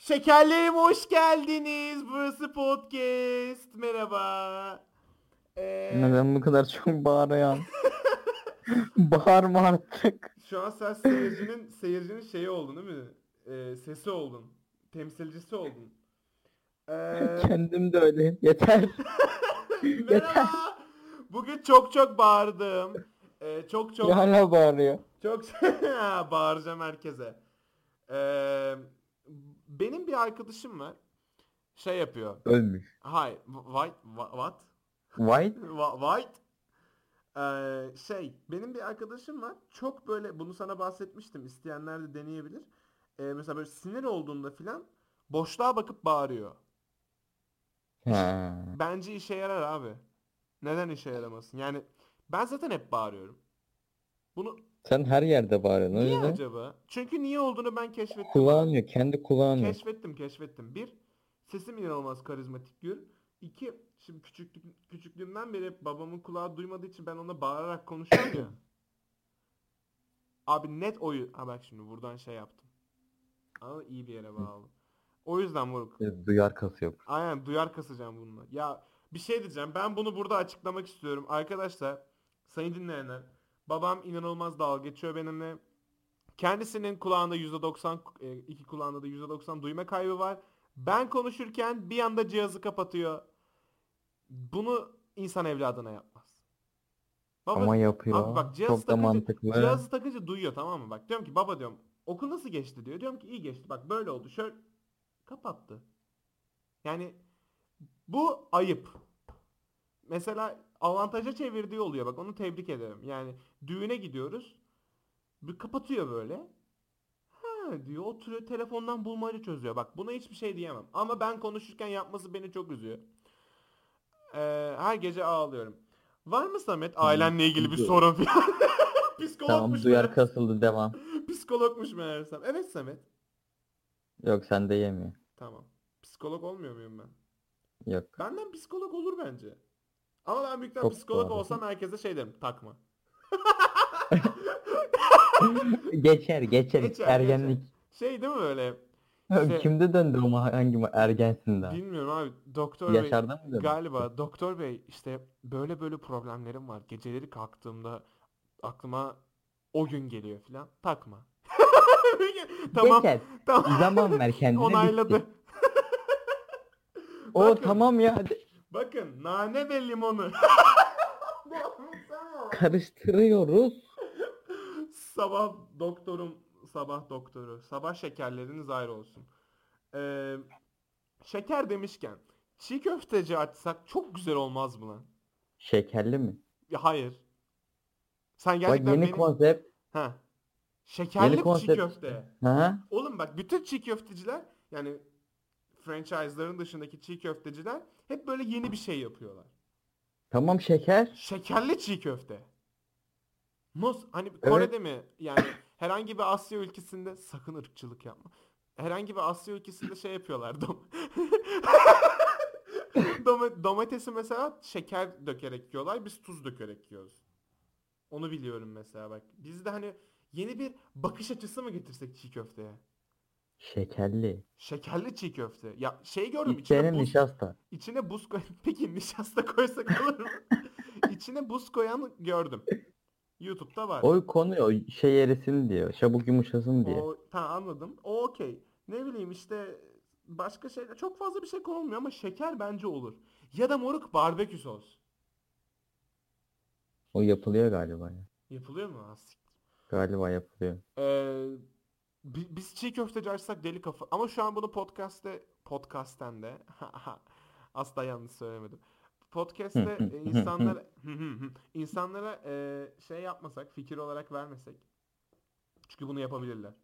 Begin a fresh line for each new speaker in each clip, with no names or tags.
Şekerlerim hoş geldiniz. Burası podcast. Merhaba. Ee,
Neden bu kadar çok bağırıyorsun? Bağırma artık.
Şu an sen seyircinin seyircinin şeyi oldun değil mi? Ee, sesi oldun. Temsilcisi oldun. Ee,
Kendim de öyle. Yeter.
merhaba. Bugün çok çok bağırdım. Ee, çok çok
Ya hala bağırıyor.
Çok Ha, bağıracağım herkese. Ee, benim bir arkadaşım var. Şey yapıyor.
Ölmüş.
Hay, white, wha- what?
White?
Wha- White. Ee, şey, benim bir arkadaşım var. Çok böyle, bunu sana bahsetmiştim. İsteyenler de deneyebilir. Ee, mesela böyle sinir olduğunda filan boşluğa bakıp bağırıyor.
Ha.
Bence işe yarar abi. Neden işe yaramasın? Yani ben zaten hep bağırıyorum. Bunu
Sen her yerde bağırıyorsun. O
niye
yüzden
acaba? Çünkü niye olduğunu ben keşfettim.
kulağın yok. Kendi kulağın yok.
Keşfettim keşfettim. Bir, sesim inanılmaz karizmatik gür. İki, şimdi küçüklük, küçüklüğümden beri babamın kulağı duymadığı için ben ona bağırarak konuşuyorum ya. Abi net oyu... Ha bak şimdi buradan şey yaptım. Ama iyi bir yere bağladım. O yüzden moruk.
E, Duyar kası yok.
Aynen duyar kasacağım bununla. Ya bir şey diyeceğim. Ben bunu burada açıklamak istiyorum. Arkadaşlar, sayın dinleyenler. Babam inanılmaz dalga geçiyor benimle. Kendisinin kulağında %90, e, iki kulağında da %90 duyma kaybı var. Ben konuşurken bir anda cihazı kapatıyor. Bunu insan evladına yapmaz. Baba,
Ama yapıyor.
Abi bak cihaz
çok da
takınca,
mantıklı.
Cihazı takınca duyuyor tamam mı? Bak diyorum ki baba diyorum okul nasıl geçti diyor. Diyorum ki iyi geçti bak böyle oldu şöyle kapattı. Yani bu ayıp. Mesela avantaja çevirdiği oluyor bak onu tebrik ederim. Yani düğüne gidiyoruz. Bir kapatıyor böyle. Ha diyor oturuyor telefondan bulmaca çözüyor. Bak buna hiçbir şey diyemem. Ama ben konuşurken yapması beni çok üzüyor. Ee, her gece ağlıyorum. Var mı Samet ailenle ilgili bir
Üzüyor.
sorun falan? Psikologmuş
Tamam duyar
meğer-
kasıldı devam.
Psikologmuş meğersem. Evet Samet.
Yok sende yemiyor.
Tamam. Psikolog olmuyor muyum ben?
Yok.
Benden psikolog olur bence. Ama ben büyükten
Çok
psikolog
doğru.
olsam herkese şey derim takma.
geçer geçer.
Geçer,
Ergenlik.
Şey değil mi böyle? Şey-
Kimde döndü o ma- hangi ma- ergensinden?
Bilmiyorum abi. Doktor bey
Yaşar'da mı döndü?
galiba doktor bey işte böyle böyle problemlerim var. Geceleri kalktığımda aklıma o gün geliyor filan. Takma. tamam.
Geçer.
Tamam.
Zaman ver kendine. bitti.
Onayladı.
O
Bakın.
tamam ya hadi.
Bakın nane ve limonu.
karıştırıyoruz.
sabah doktorum, sabah doktoru. Sabah şekerleriniz ayrı olsun. Ee, şeker demişken çiğ köfteci açsak çok güzel olmaz mı lan?
Şekerli mi?
Ya hayır. Sen
Bak
gerçekten
yeni
benim...
konsept.
Ha. Şekerli
Yeni
çiğ
konsept.
köfte.
Ha?
Oğlum bak bütün çiğ köfteciler yani franchise'ların dışındaki çiğ köfteciler hep böyle yeni bir şey yapıyorlar.
Tamam şeker.
Şekerli çiğ köfte. Nasıl? Hani Kore'de mi? Yani herhangi bir Asya ülkesinde sakın ırkçılık yapma. Herhangi bir Asya ülkesinde şey yapıyorlar. Dom Doma- domatesi mesela şeker dökerek yiyorlar. Biz tuz dökerek yiyoruz. Onu biliyorum mesela bak. Biz de hani yeni bir bakış açısı mı getirsek çiğ köfteye?
Şekerli.
Şekerli çiğ köfte. Ya şey gördüm içine
İçlerin
buz,
nişasta.
İçine buz koy... Peki nişasta koysak olur mu? İçine buz koyan gördüm. YouTube'da var.
O konuyor. o Şey erisin diyor. Çabuk yumuşasın diye.
O, tamam anladım. O okey. Ne bileyim işte başka şeyler. Çok fazla bir şey konulmuyor ama şeker bence olur. Ya da moruk barbekü sos.
O yapılıyor galiba. ya.
Yapılıyor mu? Ha, siktir.
Galiba yapılıyor.
Ee, bi- biz çiğ köfteci açsak deli kafa. Ama şu an bunu podcast'te podcast'ten de asla yanlış söylemedim. Podcast'te e, insanlara insanlara e, şey yapmasak, fikir olarak vermesek. Çünkü bunu yapabilirler.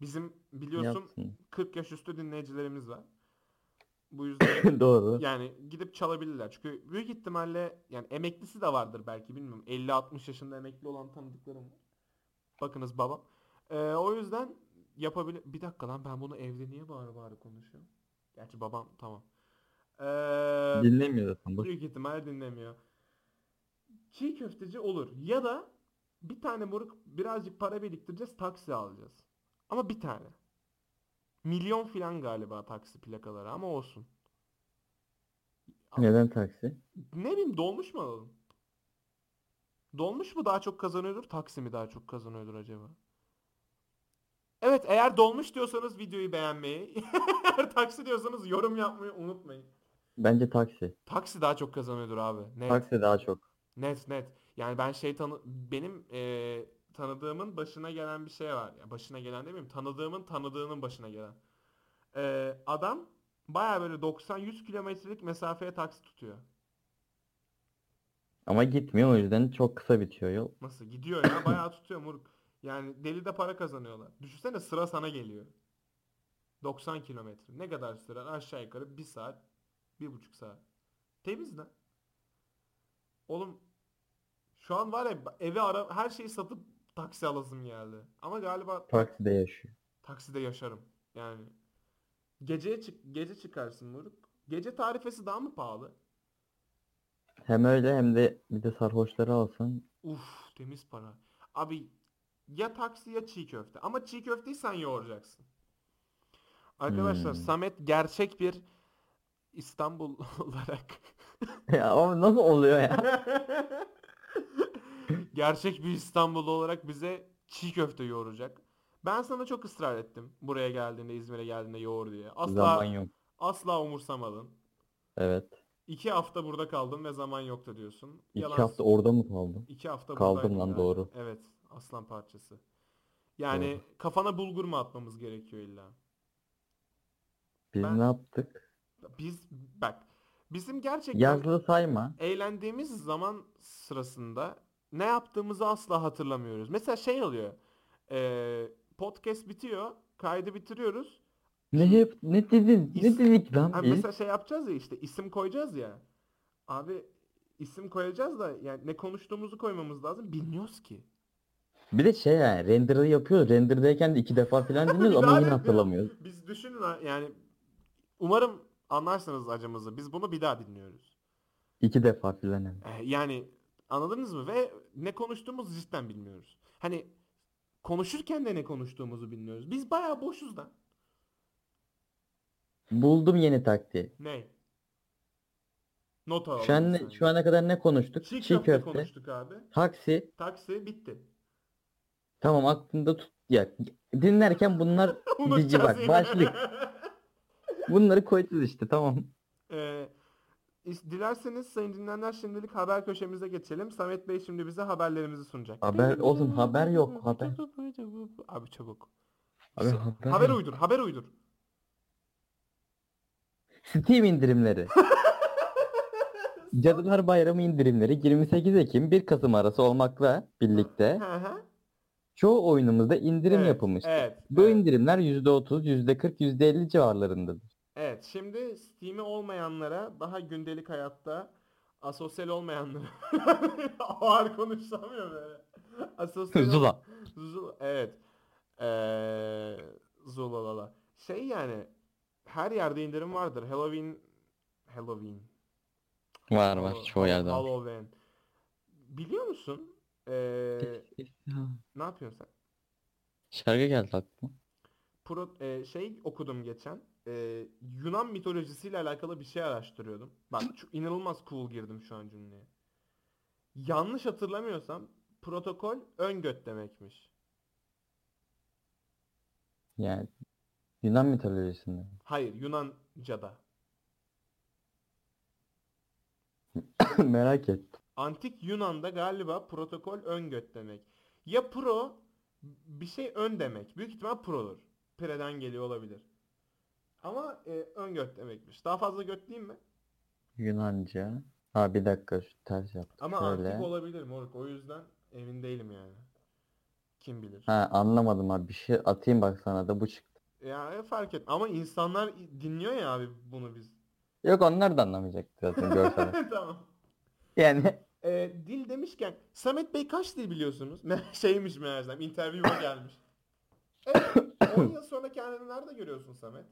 Bizim biliyorsun
Yapsın.
40 yaş üstü dinleyicilerimiz var. Bu yüzden
Doğru.
yani gidip çalabilirler. Çünkü büyük ihtimalle yani emeklisi de vardır belki bilmiyorum. 50-60 yaşında emekli olan tanıdıklarım var. Bakınız babam. Ee, o yüzden yapabilir... Bir dakika lan ben bunu evde niye bağırı bağırı konuşuyorum? Gerçi babam tamam. Ee,
Dinlemiyor zaten. Bak.
büyük ihtimal dinlemiyor. Çiğ köfteci olur. Ya da bir tane moruk birazcık para biriktireceğiz taksi alacağız. Ama bir tane. Milyon filan galiba taksi plakaları ama olsun.
Neden taksi?
Ne bileyim dolmuş mu alalım? Dolmuş mu daha çok kazanıyordur, taksi mi daha çok kazanıyordur acaba? Evet eğer dolmuş diyorsanız videoyu beğenmeyi, eğer taksi diyorsanız yorum yapmayı unutmayın.
Bence taksi.
Taksi daha çok kazanıyordur abi. Net.
Taksi daha çok.
Net net. Yani ben şey tanı benim eee, tanıdığımın başına gelen bir şey var. Ya başına gelen demeyeyim. Tanıdığımın tanıdığının başına gelen. Eee, adam baya böyle 90-100 kilometrelik mesafeye taksi tutuyor.
Ama gitmiyor o yüzden çok kısa bitiyor yol.
Nasıl? Gidiyor ya bayağı tutuyor moruk. Yani deli de para kazanıyorlar. Düşünsene sıra sana geliyor. 90 kilometre. Ne kadar sürer? Aşağı yukarı 1 saat, 1,5 saat. Temiz lan. Oğlum şu an var ya evi ara her şeyi satıp taksi alasım geldi. Ama galiba
Takside yaşıyor.
takside yaşarım. Yani geceye çık gece çıkarsın moruk. Gece tarifesi daha mı pahalı?
Hem öyle hem de bir de sarhoşları alsın.
Uf temiz para. Abi ya taksi ya çiğ köfte. Ama çiğ köfteyi sen yoğuracaksın. Arkadaşlar
Hmm.
Samet gerçek bir İstanbul olarak
ya ama nasıl oluyor ya?
gerçek bir İstanbullu olarak bize çiğ köfte yoğuracak. Ben sana çok ısrar ettim buraya geldiğinde İzmir'e geldiğinde yoğur diye. Asla
Zaman yok.
asla umursamadın.
Evet.
İki hafta burada kaldım ve zaman yoktu diyorsun.
İki
Yalan
hafta orada mı kaldın?
İki hafta
Kaldım
buradaydın
lan,
yani.
doğru.
Evet aslan parçası. Yani kafana bulgur mu atmamız gerekiyor illa?
Biz
Ben-
ne yaptık?
Biz bak bizim gerçekten
Yazlı sayma.
eğlendiğimiz zaman sırasında ne yaptığımızı asla hatırlamıyoruz. Mesela şey oluyor. eee, podcast bitiyor. Kaydı bitiriyoruz.
Ne yap ne dedin? Ne
İs-
dedik lan E?
Ha,
biz?
mesela şey yapacağız ya işte isim koyacağız ya. Abi isim koyacağız da yani ne konuştuğumuzu koymamız lazım. Bilmiyoruz ki.
Bir de şey yani render'ı yapıyoruz. Render'dayken de iki defa falan dinliyoruz
Bir daha
ama yine
render'ı-
hatırlamıyoruz.
Biz düşünün ha- yani umarım anlarsınız acımızı. Biz bunu bir daha dinliyoruz.
İki defa falan. hem.
Ee, Yani anladınız mı? Ve ne konuştuğumuzu cidden bilmiyoruz. Hani konuşurken de ne konuştuğumuzu bilmiyoruz. Biz bayağı boşuz da.
Buldum yeni taktiği.
Ne? Not alalım.
Şu an
bir
ne-
saniye.
şu ana kadar ne konuştuk?
Çiğ
Çiğ,
köfte,
köfte,
konuştuk abi.
taksi.
Taksi bitti.
Tamam aklında tut. Ya dinlerken bunlar dici
Unutacağız
bak
yine.
başlık. Bunları koyacağız işte tamam.
Ee, is- dilerseniz sayın dinleyenler şimdilik haber köşemize geçelim. Samet Bey şimdi bize haberlerimizi sunacak.
Haber- oğlum haber yok, haber.
Abi çabuk.
Abi
İşte
haber-
haber uydur haber uydur.
Steam indirimleri. Cadılar Bayramı indirimleri 28 Ekim 1 Kasım arası olmakla birlikte
Hı hı.
çoğu oyunumuzda indirim
Evet,
yapılmış.
Evet.
Bu
evet.
indirimler %30, %40, %50 civarlarındadır.
Evet şimdi Steam'i olmayanlara daha gündelik hayatta asosyal olmayanlara ağır konuşamıyor böyle. Asosyal ol-
Zula.
Zul evet. Ee, Zulalala. Şey yani her yerde indirim vardır. Halloween Halloween.
Var var çoğu yerden. var.
Halloween. Biliyor musun? Ee, ne yapıyorsun sen?
Şarkı geldi aklıma.
Pro, e, şey okudum geçen. E, Yunan mitolojisiyle alakalı bir şey araştırıyordum. Bak şu inanılmaz cool girdim şu an cümleye. Yanlış hatırlamıyorsam protokol ön göt demekmiş.
Yani Yunan mitolojisinde.
Hayır Yunanca'da.
Merak ettim.
Antik Yunan'da galiba protokol ön göt demek. Ya pro bir şey ön demek. Büyük ihtimal pro'dur. Pre'den geliyor olabilir. Ama e, ön göt demekmiş. Daha fazla göt değil mi?
Yunanca. Ha bir dakika şu ters yaptım.
Ama
Şöyle.
antik olabilir moruk. O yüzden emin değilim yani. Kim bilir.
Ha anlamadım abi bir şey atayım bak sana da bu çıktı.
Yani e, fark et. Ama insanlar dinliyor ya abi bunu biz.
Yok onlar da anlamayacaktı zaten görsel.
tamam.
yani
Ee, dil demişken Samet Bey kaç dil biliyorsunuz? Me- Şeymiş meğersem interview'a gelmiş. Evet. 10 yıl sonra kendini nerede görüyorsun Samet?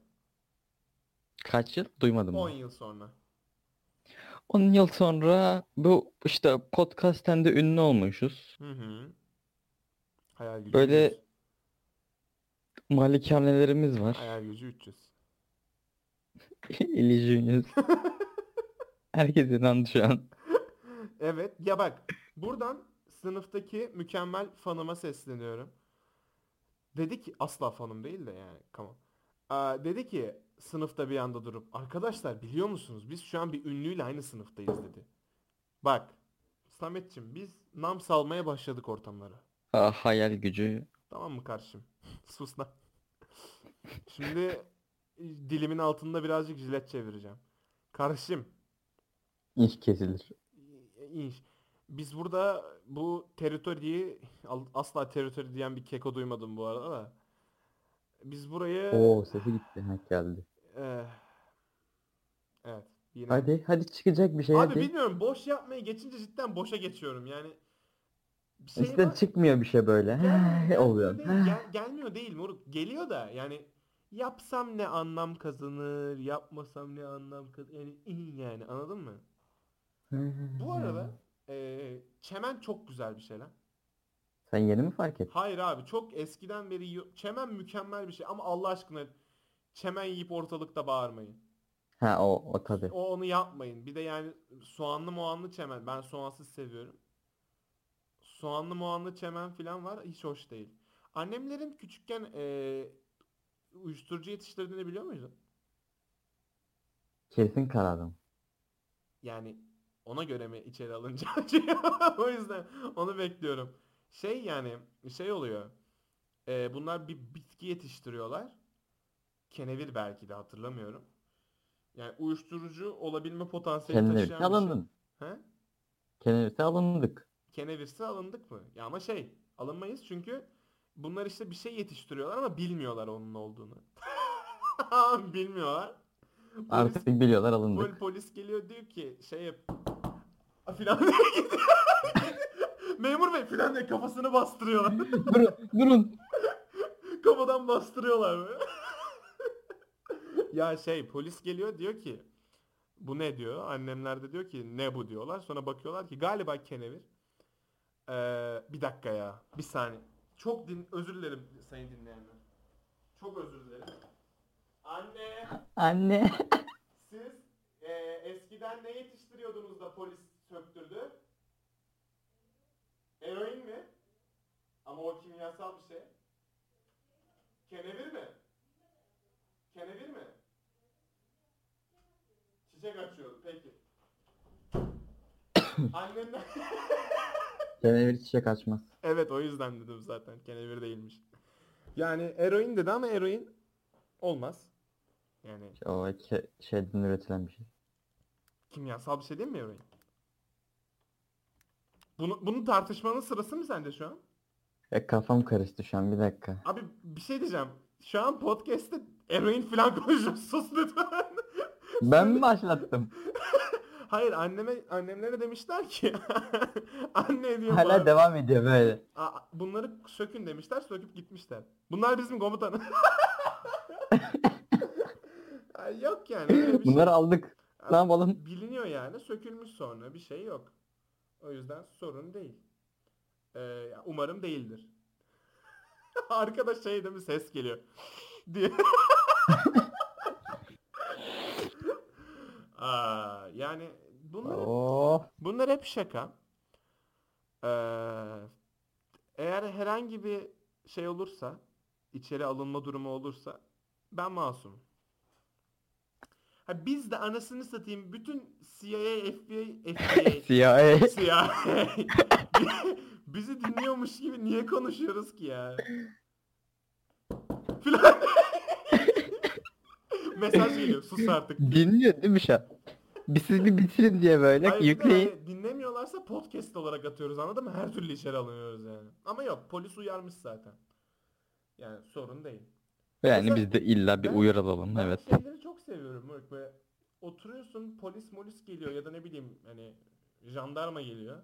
kaç yıl duymadım.
10
10
yıl sonra.
yıl sonra bu işte podcast'ten de ünlü olmuşuz.
Hı hı. Hayal gücü.
Böyle-
diyorsun.
Malikanelerimiz var.
Ayar gücü 300.
İllüzyonuz. Herkes inandı şu an.
Evet ya bak buradan sınıftaki mükemmel fanıma sesleniyorum. Dedi ki asla fanım değil de yani tamam. Aa, dedi ki sınıfta bir anda durup arkadaşlar biliyor musunuz biz şu an bir ünlüyle aynı sınıftayız dedi. Bak Sametçim biz nam salmaya başladık ortamlara.
Ha, hayal gücü.
Tamam mı karşım? Sus lan. Şimdi dilimin altında birazcık jilet çevireceğim. Karşım
iş kesilir.
İnş. Biz burada bu teritoriyi al- asla teritori diyen bir keko duymadım bu arada da. Biz burayı
Oo sesi gitti. Ha, geldi.
eh, evet yine
Hadi hadi çıkacak bir şey
Abi
hadi.
bilmiyorum boş yapmayı geçince cidden boşa geçiyorum yani. Bir şey
İşte
var-
çıkmıyor bir şey böyle.
Gelmiyor, gelmiyor
Oluyor.
değil, gel- gelmiyor değil moruk. Geliyor da yani yapsam ne anlam kazanır, yapmasam ne anlam kazanır. Yani iyi yani anladın mı?
Hmm.
Bu arada eh, çemen çok güzel bir şey lan.
Sen yeni mi fark ettin?
Hayır abi çok eskiden beri yiyor- çemen mükemmel bir şey ama Allah aşkına çemen yiyip ortalıkta bağırmayın.
Ha o o tabi.
O onu yapmayın. Bir de yani soğanlı moğanlı çemen. Ben soğansız seviyorum. Soğanlı moğanlı çemen falan var. Hiç hoş değil. Annemlerin küçükken eee, uyuşturucu yetiştirdiğini biliyor muydun?
Kesin kararım.
Yani ona göre mi içeri alınca şey o yüzden onu bekliyorum. Şey yani şey oluyor. Ee, bunlar bir bitki yetiştiriyorlar. Kenevir belki de hatırlamıyorum. Yani uyuşturucu olabilme potansiyeli
Kenevir
taşıyan bir şey.
alındın.
He?
Kenevir alındık.
Kenevirse alındık mı? Ya ama şey alınmayız çünkü bunlar işte bir şey yetiştiriyorlar ama bilmiyorlar onun olduğunu. bilmiyorlar. Bu
Artık biliyorlar
Pol,
alındık.
polis geliyor diyor ki şey yap. A, Filan diye gidiyor. Memur bey filan diye kafasını bastırıyorlar.
durun durun.
Kafadan bastırıyorlar böyle. ya şey polis geliyor diyor ki bu ne diyor. Annemler de diyor ki ne bu diyorlar. Sonra bakıyorlar ki galiba kenevir. Ee, bir dakika ya. Bir saniye. Çok din özür dilerim sayın dinleyenler. Çok özür dilerim. Anne.
Anne.
Siz e, eskiden ne yetiştiriyordunuz da polis söktürdü? Eroin mi? Ama o kimyasal bir şey. Kenevir mi? Kenevir mi? Çiçek açıyordu peki. Annemden...
Kenevir çiçek açmaz.
evet o yüzden dedim zaten kenevir değilmiş. Yani eroin dedi ama eroin olmaz. Yani
O ke- şeyden üretilen bir şey.
Kimyasal bir şey değil mi eroin? Bunu, bunu tartışmanın sırası mı sence şu an?
Ya kafam karıştı şu an bir dakika.
Abi bir şey diyeceğim. Şu an podcast'te eroin falan konuşuyoruz. Sus lütfen.
Ben mi başlattım?
Hayır anneme annemlere demişler ki anne diyor
Hala
bana,
devam ediyor böyle.
"Aa, bunları sökün demişler söküp gitmişler. Bunlar bizim komutanı. Ay, yok yani. öyle bir şey.
Bunları aldık. Ne yapalım?
biliniyor yani sökülmüş sonra bir şey yok. O yüzden sorun değil. Ee, ya umarım değildir. Arkadaş şey değil mi ses geliyor diye. Aa, yani bunlar,
Oh.
bunlar hep şaka. Ee, eğer herhangi bir şey olursa, içeri alınma durumu olursa ben masumum. Ha biz de anasını satayım bütün CIA, FBI, FBI,
CIA.
CIA bizi dinliyormuş gibi niye konuşuyoruz ki ya? Filan. Mesaj geliyor sus artık.
Dinliyor değil mi şu an? Bir siz bir bitirin diye böyle
Hayır, bir de
yükleyin.
hani dinlemiyorlarsa podcast olarak atıyoruz anladın mı? Her türlü içeri alınıyoruz yani. Ama yok polis uyarmış zaten. Yani sorun değil.
Yani
Mesela-
biz de illa bir
Ben-
uyaralım evet.
Ben şeyleri çok seviyorum. Murat. Böyle oturuyorsun polis molis geliyor ya da ne bileyim hani jandarma geliyor.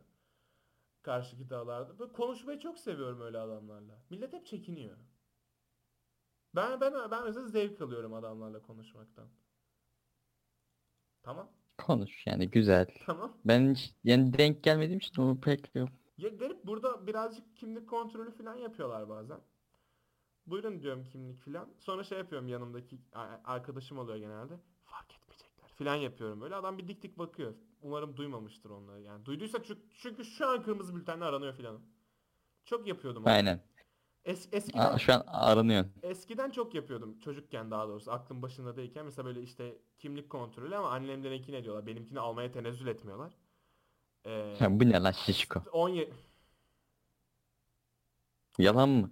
Karşı dağlarda. Böyle konuşmayı çok seviyorum öyle adamlarla. Millet hep çekiniyor. Ben ben ben mesela zevk alıyorum adamlarla konuşmaktan. Tamam.
Konuş yani güzel.
Tamam.
Ben hiç yani denk gelmediğim için onu pek yok.
Ya garip burada birazcık kimlik kontrolü falan yapıyorlar bazen. Buyurun diyorum kimlik filan. Sonra şey yapıyorum yanımdaki a- arkadaşım oluyor genelde. Fark etmeyecekler filan yapıyorum böyle. Adam bir dik dik bakıyor. Umarım duymamıştır onları yani. Duyduysa çünkü, çünkü şu an kırmızı bültenle aranıyor filan. Çok yapıyordum onu.
Aynen.
Es- eskiden
Aa, şu an aranıyorsun.
Eskiden çok yapıyordum çocukken daha doğrusu aklım başında değilken mesela böyle işte kimlik kontrolü ama annemlerinkine diyorlar benimkini almaya tenezzül etmiyorlar. Ee,
Ya bu ne lan şişko?
17
Yalan mı?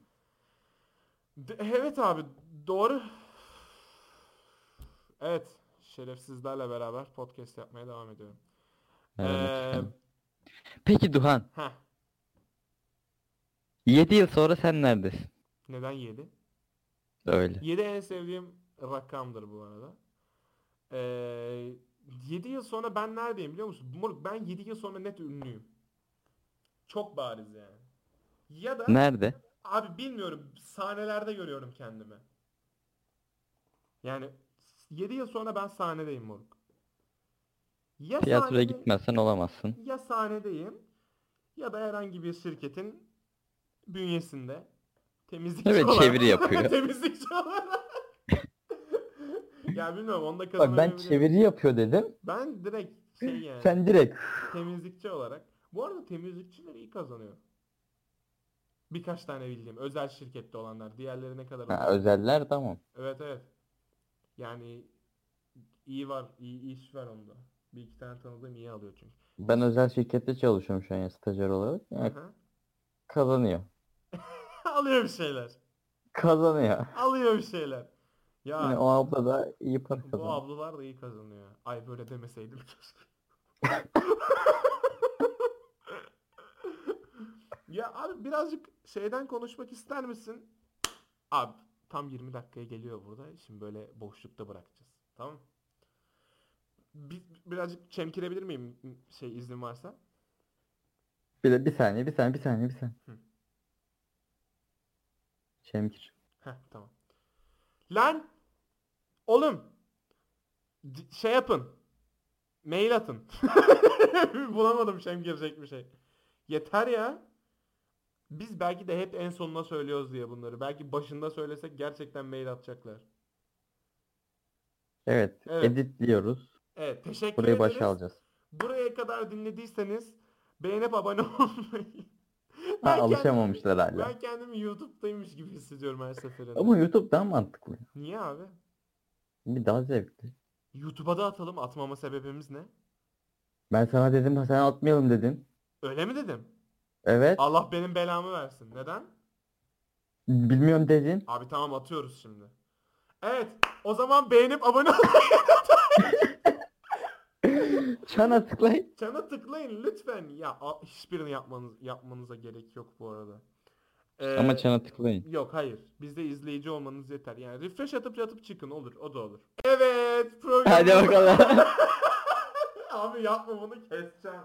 D- evet abi doğru. Evet şerefsizlerle beraber podcast yapmaya devam ediyorum.
Evet,
Ee,
efendim. Peki Duhan,
Heh,
7 yıl sonra sen neredesin?
neden 7?
Öyle.
7 en sevdiğim rakamdır bu arada. Ee, 7 yıl sonra ben neredeyim biliyor musun? Moruk ben 7 yıl sonra net ünlüyüm. Çok bariz yani. Ya da
Nerede?
abi bilmiyorum sahnelerde görüyorum kendimi. Yani 7 yıl sonra ben sahnedeyim moruk. Ya
Tiyatroya
sahnede-
gitmezsen olamazsın.
ya sahnedeyim ya da herhangi bir şirketin bünyesinde temizlikçi
Evet,
olarak-
çeviri yapıyor.
temizlikçi olarak. ya bilmiyorum onda
Bak ben
kazanamayabilirim.
çeviri yapıyor dedim.
Ben direkt şey yani
Sen direkt
temizlikçi olarak. Bu arada temizlikçiler iyi kazanıyor. Birkaç tane bildiğim özel şirkette olanlar. Diğerleri ne kadar
Ha,
özel-
özeller tamam.
Evet evet. Yani iyi var, iyi iyi iş var onda. Bir iki tane tanıdığım iyi alıyor çünkü.
Ben özel şirkette çalışıyorum şu an ya stajyer olarak.
Hı
Yani
hı.
kazanıyor.
alıyor bir şeyler.
Kazanıyor.
Alıyor bir şeyler. Ya
Yani o abla da iyi para
bu
kazanıyor.
ablalar da iyi kazanıyor. Ay böyle demeseydim keşke. ya abi birazcık şeyden konuşmak ister misin? Abi tam 20 dakikaya geliyor burada. Şimdi böyle boşlukta bırakacağız. Tamam mı? Bi- birazcık çemkirebilir miyim şey izin varsa?
Bir, de, bir saniye, bir saniye, bir saniye, bir saniye.
Hı.
Şemkir.
Heh tamam. Lan oğlum D- şey yapın. Mail atın. Bulamadım şem girecek bir şey. Yeter ya. Biz belki de hep en sonuna söylüyoruz diye bunları. Belki başında söylesek gerçekten mail atacaklar.
Evet,
Evet.
editliyoruz.
Evet teşekkür
Burayı
ederiz.
başa alacağız.
Buraya kadar dinlediyseniz beğenip abone olmayı.
Ha,
Ben
alışamamışlar
kendimi-
hala.
ben kendimi YouTube'daymış gibi hissediyorum her seferinde.
Ama YouTube daha mantıklı.
Niye abi?
Bir daha zevkli.
YouTube'a da atalım. Atmama sebebimiz ne?
Ben sana dedim sen atmayalım dedin.
Öyle mi dedim?
Evet.
Allah benim belamı versin. Neden?
Bilmiyorum dedin.
Abi tamam atıyoruz şimdi. Evet. O zaman beğenip abone ol.
Çana tıklay.
Çana tıklayın lütfen. Ya a- hiçbirini yapmanız yapmanıza gerek yok bu arada. Ee,
Ama çana tıklayın.
Yok hayır. Bizde izleyici olmanız yeter. Yani refresh atıp atıp çıkın olur. O da olur. Evet. Program.
Hadi bakalım.
Abi yapma bunu keseceğim.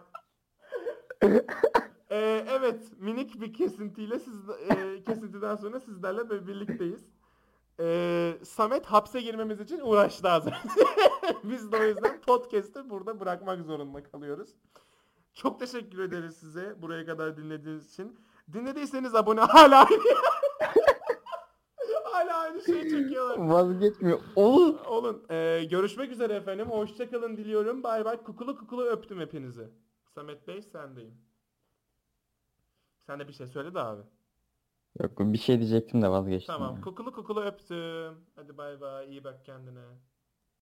Ee, evet minik bir kesintiyle siz e, kesintiden sonra sizlerle böyle birlikteyiz. Ee, Samet hapse girmemiz için uğraştı az önce. Biz de o yüzden podcast'ı burada bırakmak zorunda kalıyoruz. Çok teşekkür ederiz size buraya kadar dinlediğiniz için. Dinlediyseniz abone hala aynı. hala aynı şey çekiyorlar.
Vazgeçmiyor. Oğlum.
Olun. Ee, görüşmek üzere efendim. Hoşçakalın diliyorum. Bay bay. Kukulu kukulu öptüm hepinizi. Samet Bey sendeyim. Sen de bir şey söyle de abi.
Yok bir şey diyecektim de vazgeçtim. ya.
Tamam. Kukulu kukulu öptüm. Hadi bay bay. İyi bak kendine.